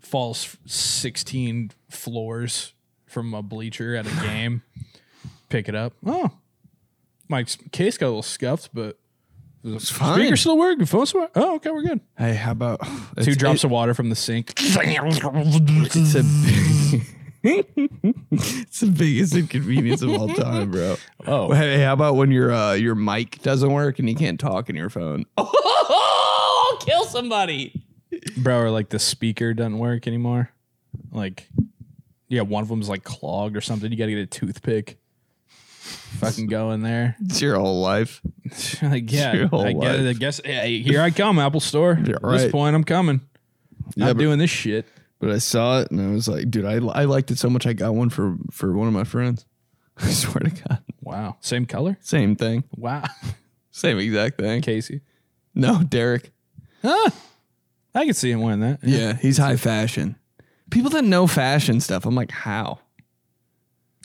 B: falls sixteen floors from a bleacher at a game, pick it up. Oh, my case got a little scuffed, but the
A: fine.
B: speaker still working. Phone still work- Oh, okay, we're good.
A: Hey, how about
B: Two
A: It's-
B: drops of water from the sink.
A: It's a big, it's the biggest inconvenience of all time, bro.
B: Oh.
A: hey, how about when your uh, your mic doesn't work and you can't talk in your phone? Oh, kill somebody!
B: Bro, or like the speaker doesn't work anymore. Like, yeah, one of them's like clogged or something. You got to get a toothpick. Fucking go in there.
A: It's your whole life.
B: like, yeah,
A: Your whole
B: I guess, I
A: life.
B: guess hey, here I come, Apple Store. At this
A: right.
B: point, I'm coming.
A: Yeah,
B: I'm
A: but-
B: doing this shit.
A: But I saw it and I was like, dude, I, I liked it so much. I got one for for one of my friends. I swear to God,
B: Wow. Same color?
A: same thing,
B: Wow.
A: same exact thing.
B: Casey.
A: No, Derek.
B: Huh. I could see him wearing that.
A: Yeah, he's high fashion. People that know fashion stuff, I'm like, how?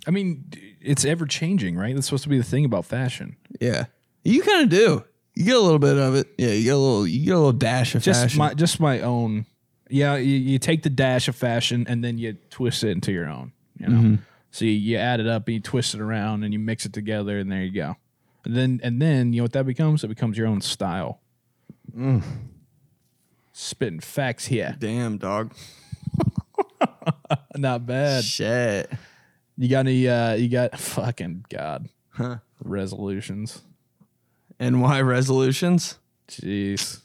B: I mean, d- it's ever changing, right? That's supposed to be the thing about fashion.
A: Yeah, you kind of do. You get a little bit of it. Yeah, you get a little. You get a little dash of
B: just
A: fashion.
B: my just my own yeah you, you take the dash of fashion and then you twist it into your own you know so you, you add it up and you twist it around and you mix it together and there you go and then and then you know what that becomes it becomes your own style Mm. spitting facts here
A: Damn dog.
B: not bad
A: Shit.
B: you got any uh you got fucking god
A: Huh.
B: resolutions
A: NY resolutions.
B: jeez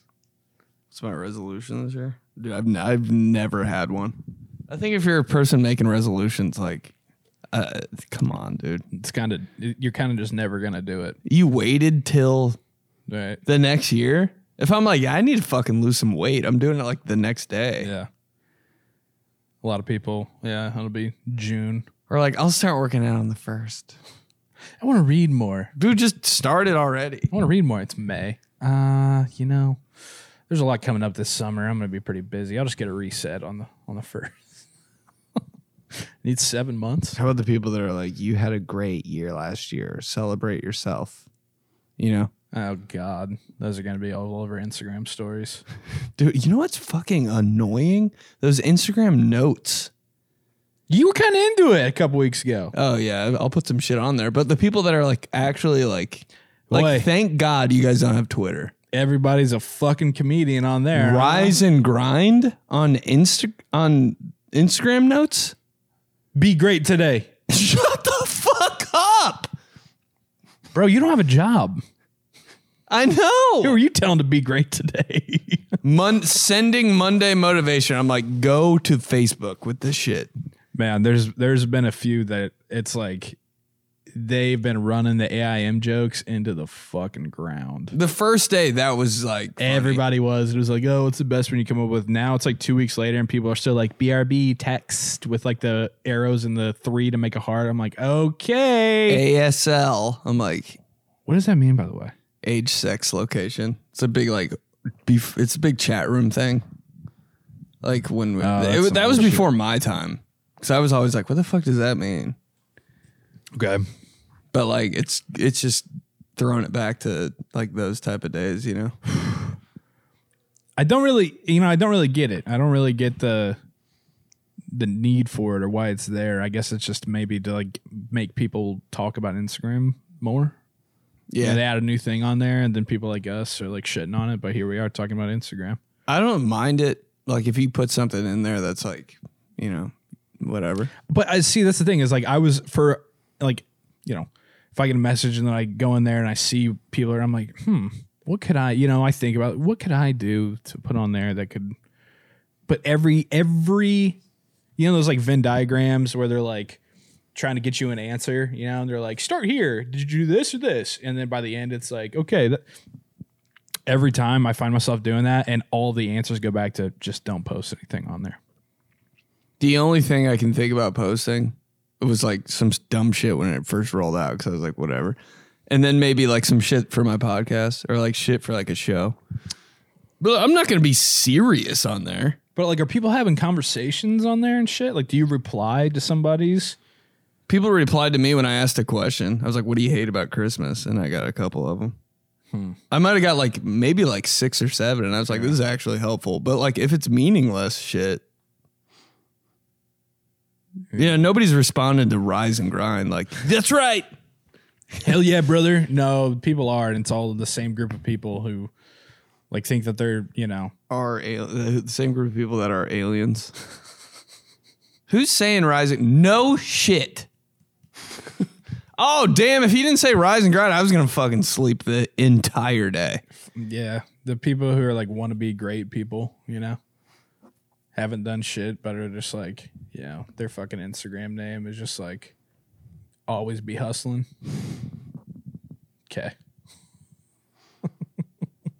A: What's my resolution this year? Dude, I've n- I've never had one. I think if you're a person making resolutions, like, uh, come on, dude.
B: it's kind of you're kind of just never gonna do it
A: You waited till
B: right
A: the next year. If I'm like, yeah, I need to fucking lose some weight, I'm doing it like the next day.
B: Yeah. A lot of people. Yeah, it'll be June.
A: Or like, I'll start working out on the first.
B: I want to read more.
A: Dude, just started already.
B: I want to read more. It's May. Uh, you know, there's a lot coming up this summer. I'm gonna be pretty busy. I'll just get a reset on the on the first. Need seven months.
A: How about the people that are like, you had a great year last year. Celebrate yourself. You know?
B: Oh God, those are gonna be all over Instagram stories.
A: Dude, you know what's fucking annoying? Those Instagram notes.
B: You were kind of into it a couple weeks ago.
A: Oh yeah, I'll put some shit on there. But the people that are like actually like like
B: Boy.
A: thank God you guys don't have Twitter.
B: Everybody's a fucking comedian on there. huh?
A: Rise and grind on Insta on Instagram notes?
B: Be great today,
A: Shut the fuck up.
B: bro. You don't have a job.
A: I
B: Who
A: know.
B: are you telling to be great today?
A: Mon- sending Monday motivation. I'm like, go to Facebook with this shit.
B: Man, there's there's been a few that it's like they've been running the AIM jokes into the fucking ground.
A: The first day that was like funny.
B: Everybody was. It was like, oh, it's the best one you come up with. Now it's like two weeks later, and people are still like BRB text with like the arrows and the three to make a heart. I'm like, okay.
A: ASL. I'm like
B: What does that mean, by the way?
A: age, sex, location. It's a big like, beef, it's a big chat room thing. Like when we,
B: Oh,
A: it
B: that's
A: was-
B: some
A: that was
B: bullshit.
A: before my time, because I was always like, what the fuck does that mean?
B: Okay.
A: But like, it's it's just throwing it back to like those type of days, you know.
B: I don't really, you know, I don't really get it. I don't really get the the need for it or why it's there. I guess it's just maybe to like make people talk about Instagram more. Yeah.
A: Yeah,
B: they add a new thing on there, and then people like us are like shitting on it. But here we are talking about Instagram.
A: I don't mind it. Like if you put something in there that's like, you know, whatever.
B: But I see that's the thing is like I was for like you know if I get a message and then I go in there and I see people and I'm like hmm what could I you know I think about what could I do to put on there that could but every every you know those like Venn diagrams where they're like trying to get you an answer you know and they're like start here did you do this or this and then by the end it's like okay that, every time I find myself doing that and all the answers go back to just don't post anything on there
A: The only thing I can think about posting was like some dumb shit when it first rolled out because I was like, whatever. And then maybe like some shit for my podcast or like shit for like a show. But I'm not going to be serious on there.
B: But like, are people having conversations on there and shit? Like, do you reply to somebody's?
A: People replied to me when I asked a question. I was like, what do you hate about Christmas? And I got a couple of them. I might have got like maybe like six or seven. And I was like, this is actually helpful. But like, if it's meaningless shit, you know, nobody's responded to rise and grind. Like, that's right.
B: Hell yeah, brother. No, people are, and it's all the same group of people who like think that they're you know
A: are al- the same group of people that are aliens. Who's saying rising? No shit. oh damn! If he didn't say rise and grind, I was gonna fucking sleep the entire day.
B: yeah the people who are like want to be great people you know haven't done shit but are just like you know their fucking Instagram name is just like always be hustling. Okay,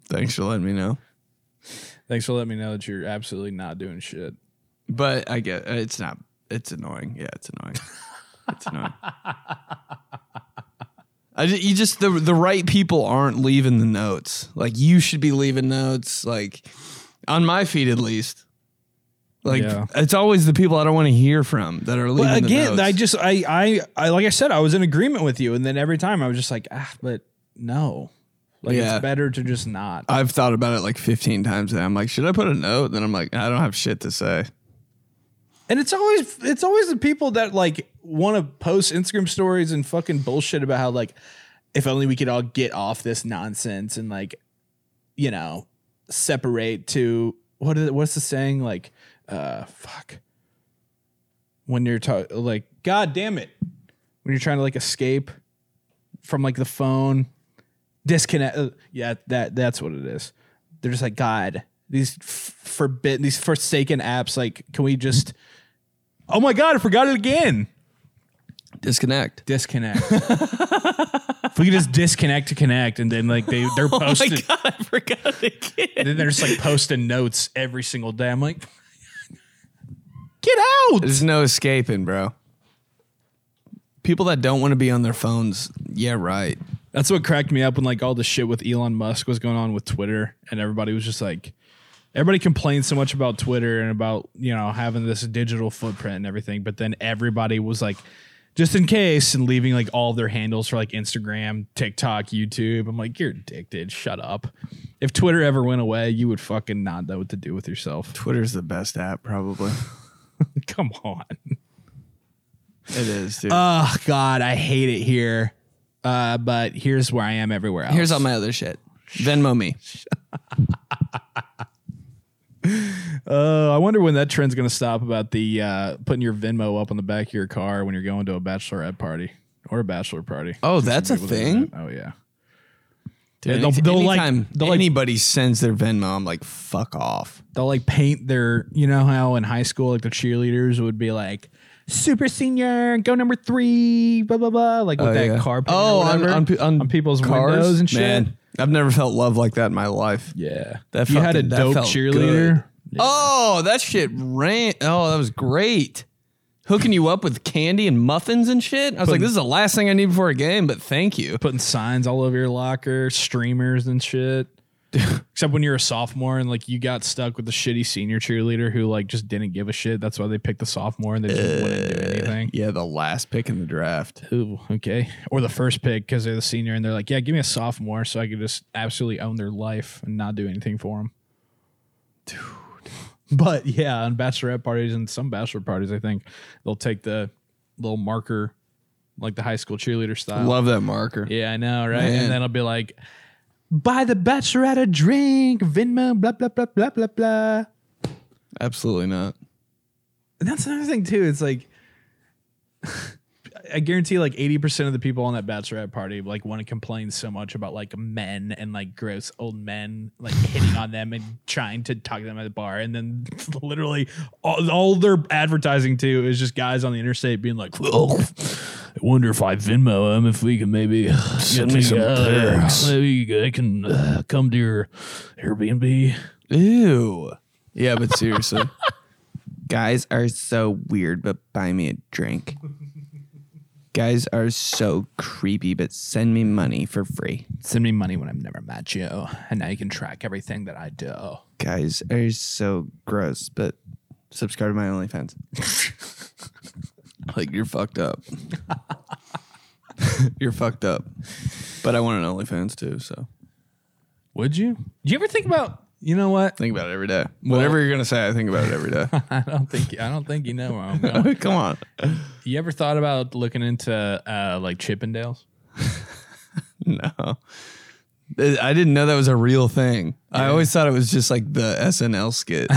A: Thanks for letting me know.
B: thanks for letting me know that you're absolutely not doing shit.
A: But I get uh, it's not. It's annoying. Yeah, it's annoying. it's annoying. I ju- you just the the right people aren't leaving the notes. Like you should be leaving notes. Like on my feed at least. Like
B: Yeah.
A: it's always the people I don't want to hear from that are leaving.
B: Well, again,
A: the notes.
B: I just I, I I like I said, I was in agreement with you, and then every time I was just like, ah, but no, like
A: Yeah.
B: it's better to just not.
A: I've thought about it like fifteen times. And I'm like, should I put a note? Then I'm like, I don't have shit to say.
B: And it's always it's always the people that like want to post Instagram stories and fucking bullshit about how like if only we could all get off this nonsense and like you know separate to what is what's the saying like uh fuck when you're ta- like god damn it when you're trying to like escape from like the phone disconnect uh, yeah that that's what it is they're just like god these f- forbidden these forsaken apps like can we just oh my god i forgot it again
A: Disconnect.
B: disconnect If we could just disconnect to connect, and then like they they're
A: Oh my
B: posting,
A: god, I forgot again.
B: then they're just like posting notes every single day. I'm like, get out.
A: There's no escaping, bro. People that don't want to be on their phones, yeah, right.
B: That's what cracked me up when like all the shit with Elon Musk was going on with Twitter and everybody was just like everybody complained so much about Twitter and about, you know, having this digital footprint and everything, but then everybody was like just in case and leaving like all their handles for like Instagram, TikTok, YouTube. I'm like, you're addicted. Shut up. If Twitter ever went away, you would fucking not know what to do with yourself.
A: Twitter's the best app, probably.
B: Come on.
A: It is, dude.
B: Oh God, I hate it here. Uh, but here's where I am everywhere else.
A: Here's all my other shit. Venmo me.
B: Uh, I wonder when that trend's going to stop about the uh, putting your Venmo up on the back of your car when you're going to a bachelorette party or a bachelor party.
A: Oh, that's a
B: People do
A: thing.
B: that. Oh yeah.
A: Dude,
B: Yeah, they'll- they'll like-
A: anytime
B: they'll like-
A: anybody sends their Venmo, I'm like, fuck off.
B: They'll like paint their, you know how in high school like the cheerleaders would be like super senior, go number three, blah blah blah, like with
A: Oh,
B: that
A: yeah.
B: car. paint or
A: Oh, on,
B: whatever,
A: on, pe- on
B: people's
A: cars?
B: windows and shit.
A: Man, I've never felt love like that in my life.
B: Yeah,
A: That
B: you had a
A: fucking- that
B: dope
A: felt
B: cheerleader.
A: Oh, that shit ran. Oh, that was great. Hooking you up with candy and muffins and shit. I was like, this is the last thing I need before a game, but thank you.
B: putting signs all over your locker, streamers and shit. Except when you're a sophomore and like you got stuck with the shitty senior cheerleader who like just didn't give a shit. That's why they picked the sophomore and they just wouldn't do anything.
A: Yeah, the last pick in the draft.
B: Ooh, okay. Or the first pick because they're the senior and they're like, yeah, give me a sophomore so I could just absolutely own their life and not do anything for them. Dude. But yeah, on bachelorette parties and some bachelor parties, I think they'll take the little marker, like the high school cheerleader style.
A: Love that marker.
B: Yeah, I know, right?
A: Man.
B: And then I'll be like, buy the bachelorette a drink, Venmo, blah, blah, blah, blah, blah, blah.
A: Absolutely not.
B: And that's another thing, too. It's like, I guarantee like 80% of the people on that bachelorette party like want to complain so much about like men and like gross old men like hitting on them and trying to talk to them at the bar. And then literally all, all their advertising too is just guys on the interstate being like, oh, I wonder if I Venmo him if we can maybe get
A: me some
B: together.
A: pics."
B: Maybe I can uh, come to your Airbnb.
A: Ew. Yeah, but seriously. Guys are so weird, but buy me a drink. Guys are so creepy, but send me money for free.
B: Send me money when I've never met you, and now you can track everything that I do.
A: Guys are so gross, but subscribe to my OnlyFans. like, you're fucked up. you're fucked up. But I want an OnlyFans too, so
B: Would you? Do you ever think about? You know what?
A: think about it every day. Whatever you're going to say, I think about it every day.
B: I don't think I don't think you know where I'm going.
A: Come on.
B: you ever thought about looking into uh, like Chippendales?
A: No. Uh, I didn't know that was a real thing. I always thought it was just like the SNL skit.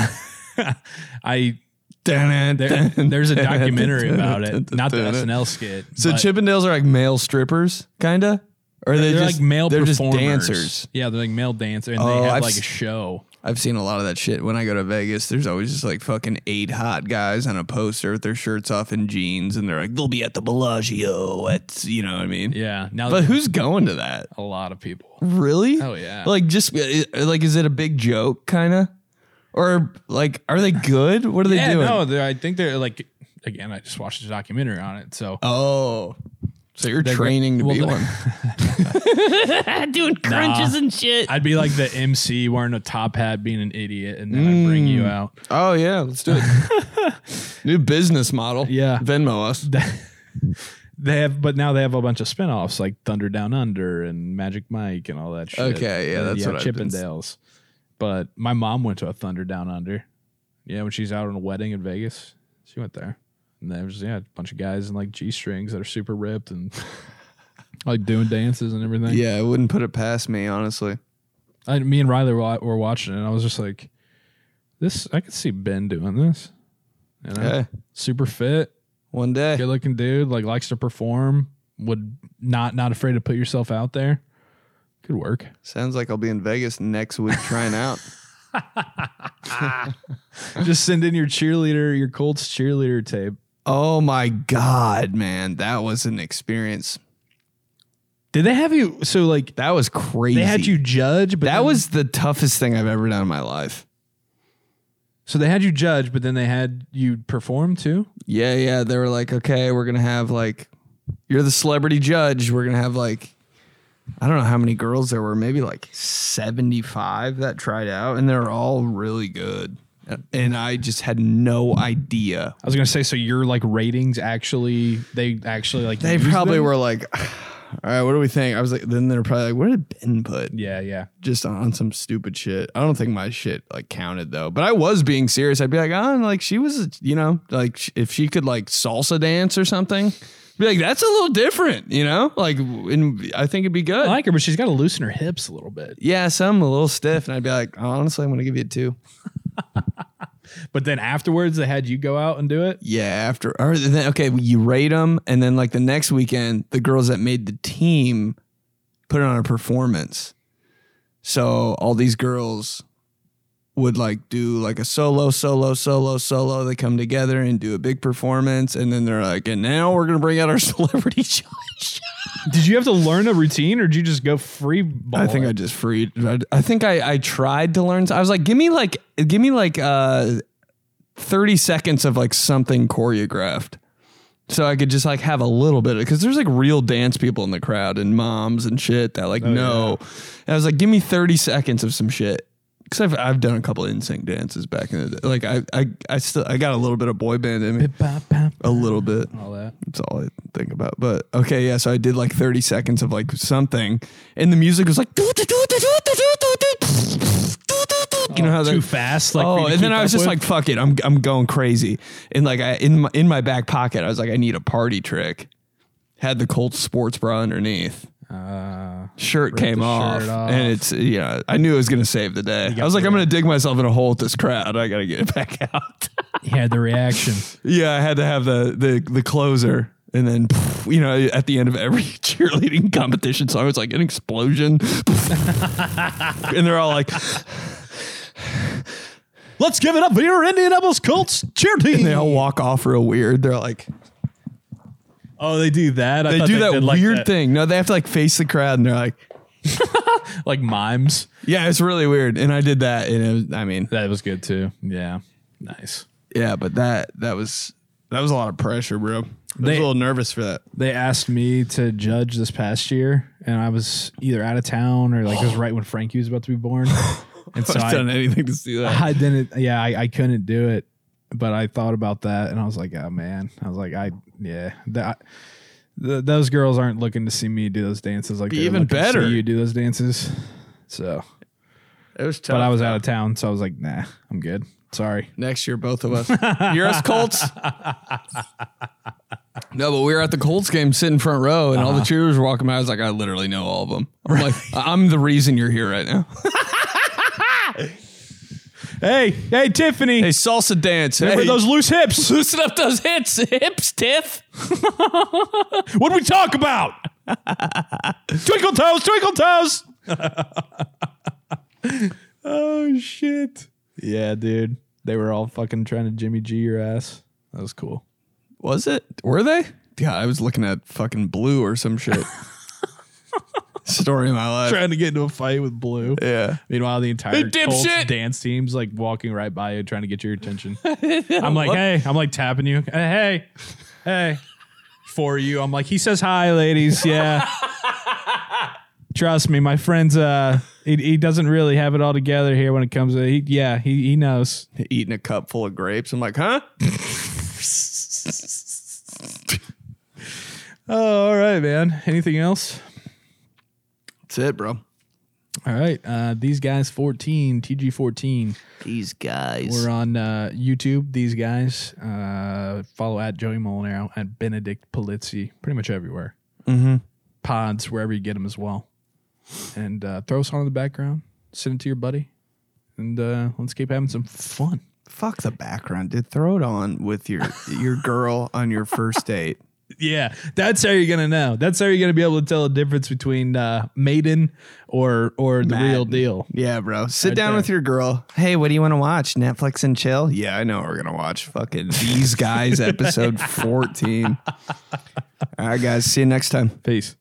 B: I
A: Dun,
B: there,
A: dun, dun.
B: there's a documentary about it, not the SNL skit.
A: So
B: but
A: Chippendales are like male strippers, kinda? Or are they
B: they're
A: just
B: like male
A: they're just
B: performers.
A: dancers.
B: Yeah, they're like male dancers, and
A: Oh,
B: they have
A: I've
B: like a
A: s-
B: show.
A: I've seen a lot of that shit when I go to Vegas. There's always just like fucking eight hot guys on a poster with their shirts off and jeans, and they're like, they'll be at the Bellagio. At you know what I mean?
B: Yeah, now
A: But who's going to that?
B: a lot of people.
A: Really?
B: Oh, yeah.
A: Like just uh, like is it a big joke kind of? Or like are they good? What are
B: Yeah,
A: they doing?
B: no, they're- I think they're like again. I just watched a documentary on it, so
A: Oh. So you're training to
B: well,
A: be
B: they're-
A: one. Doing crunches and shit.
B: I'd be like the MC wearing a top hat, being an idiot, and then I'd bring you out.
A: Oh yeah, let's do it. New business model.
B: Yeah.
A: Venmo us.
B: They have, but now they have a bunch of spinoffs like Thunder Down Under and Magic Mike and all that shit.
A: Okay, yeah,
B: And
A: that's
B: you have
A: what I've been-
B: Chippendales. But my mom went to a Thunder Down Under. Yeah, when she's out on a wedding in Vegas, she went there, and there was yeah a bunch of guys in like g strings that are super ripped and like doing dances and everything.
A: Yeah, I wouldn't put it past me, honestly.
B: I, me and Riley were, wa- were watching it, and I was just like, "This, I could see Ben doing this." You know?
A: Hey,
B: super fit,
A: one day.
B: good looking dude, like likes to perform, would not not afraid to put yourself out there. Good work.
A: Sounds like I'll be in Vegas next week trying out.
B: Just send in your cheerleader, your Colts cheerleader tape.
A: oh my god, man, that was an experience.
B: Did they have you? So like
A: That was crazy.
B: they had you judge, but
A: That
B: then-
A: was the toughest thing I've ever done in my life.
B: so they had you judge, but then they had you perform too.
A: Yeah, yeah. They were like, okay, we're gonna have like, you're the celebrity judge. We're gonna have like, I don't know how many girls there were, maybe like 75 that tried out, and they're all really good. And I just had no idea.
B: I was gonna say, so your like ratings actually, they actually like
A: They
B: used
A: probably
B: them?
A: were like, all right, what do we think? I was like, then they're probably like, where did Ben put?
B: Yeah, yeah.
A: Just on, on some stupid shit. I don't think my shit like counted though, but I was being serious. I'd be like, oh, and, like she was, you know, like sh- if she could like salsa dance or something, be like, that's a little different, you know, like, and I think it'd be good.
B: I like her, but she's got to loosen her hips a little bit.
A: yeah, some a little stiff, and I'd be like, honestly, I'm gonna give you a two.
B: But then afterwards, they had you go out and do it.
A: Yeah, after or then okay, you rate them, and then like the next weekend, the girls that made the team put on a performance. So all these girls would like do like a solo, solo, solo, solo. They come together and do a big performance, and then they're like, and now we're gonna bring out our celebrity judge.
B: Did you have to learn a routine, or did you just go free? Ball
A: I think I just freed. I, I think I I tried to learn. I was like, give me like give me like uh thirty seconds of like something choreographed, so I could just like have a little bit of because there's like real dance people in the crowd and moms and shit that like know. And I was like, give me thirty seconds of some shit. Cause I've I've done a couple of NSYNC dances back in the day. Like I I I still I got a little bit of boy band in me, a little bit.
B: all that.
A: That's all I think about. But okay, yeah. So I did like 30 seconds of like something, and the music was like, you know how
B: too
A: Oh, that.
B: fast. Like, for you
A: Oh,
B: to
A: and then
B: keep
A: I was
B: up
A: just
B: with?
A: like, "Fuck it, I'm I'm going crazy." And like, I in my in my back pocket, I was like, "I need a party trick." Had the Colt sports bra underneath,
B: Uh,
A: shirt came
B: the
A: off,
B: shirt off.
A: and it's yeah. I knew it was gonna save the day. I was like, "I'm gonna dig myself in a hole with this crowd. I gotta get it back out."
B: he had the reaction.
A: Yeah, I had to have the the the closer, and then pff, you know at the end of every cheerleading competition song, it's like an explosion, and they're all like,
B: Let's give it up for your Indianapolis Colts cheer team.
A: and they all walk off real weird. They're like,
B: oh, they do that. I
A: they
B: thought
A: do that
B: did like
A: weird thing. No, they have to like face the crowd, and they're like,
B: like mimes.
A: yeah, it's really weird. And I did that, and it was, I mean,
B: That was good too. Yeah, nice.
A: yeah, but that that was that was a lot of pressure, bro. I was
B: They-
A: a little nervous for that.
B: they asked me to judge this past year, and I was either out of town or like it was right when Frankie was about to be born, and so
A: I've done
B: I,
A: anything to see that.
B: I didn't. Yeah, I, I couldn't do it, but I thought about that, and I was like, oh man, I was like, I yeah, that, th- those girls aren't looking to see me do those dances like
A: Be
B: they're
A: even
B: looking to see
A: better.
B: you do those dances. So,
A: It was tough.
B: but I was out of town, so I was like, nah, I'm good. Sorry.
A: next year, both of us. You're us Colts. No, but we were at the Colts game, sitting front row, and all the cheerleaders were walking by. I was like, I literally know all of them. I'm like, "I- I'm the reason you're here right now.
B: Hey, hey, Tiffany,
A: Hey, salsa dance. Hey,
B: loose hips?
A: loosen up those hips, hips, Tiff.
B: What we talk about? twinkle toes, twinkle toes. oh shit! Yeah, dude, they were all fucking trying to Jimmy G your ass. That was cool.
A: Was it? Were they? Yeah, I was looking at fucking blue or some shit. Story of my life.
B: Trying to get into a fight with Blue.
A: Yeah.
B: Meanwhile, the entire
A: Hey,
B: Colts
A: dipshit.
B: dance team's like walking right by you, trying to get your attention. I'm like, hey, I'm like tapping you. Hey, hey, hey, for you. I'm like, he says hi, ladies. Yeah. Trust me, my friends. Uh, he, he doesn't really have it all together here when it comes to. He, yeah, he he knows.
A: Eating a cup full of grapes. I'm like, huh?
B: Oh, all right, man. Anything else?
A: That's it, bro.
B: All right. Uh, these guys, fourteen, TG fourteen.
A: These guys.
B: We're on uh, YouTube. These guys uh, follow at Joey Molinaro at Benedict Polizzi, pretty much everywhere. Mm-hmm. Pods wherever you get them as well. And uh, throw us on in the background. Send it to your buddy, and uh, let's keep having some fun.
A: Fuck the background, dude. Throw it on with your your girl on your first date.
B: Yeah, that's how you're gonna know. That's how you're gonna be able to tell the difference between uh, Maiden or or the real deal.
A: Yeah, bro. Sit down
B: there.
A: with your girl. Hey, what do you want to watch? Netflix and chill? Yeah, I know what we're gonna watch. Fucking these guys, episode fourteen. All right, guys. See you next time.
B: Peace.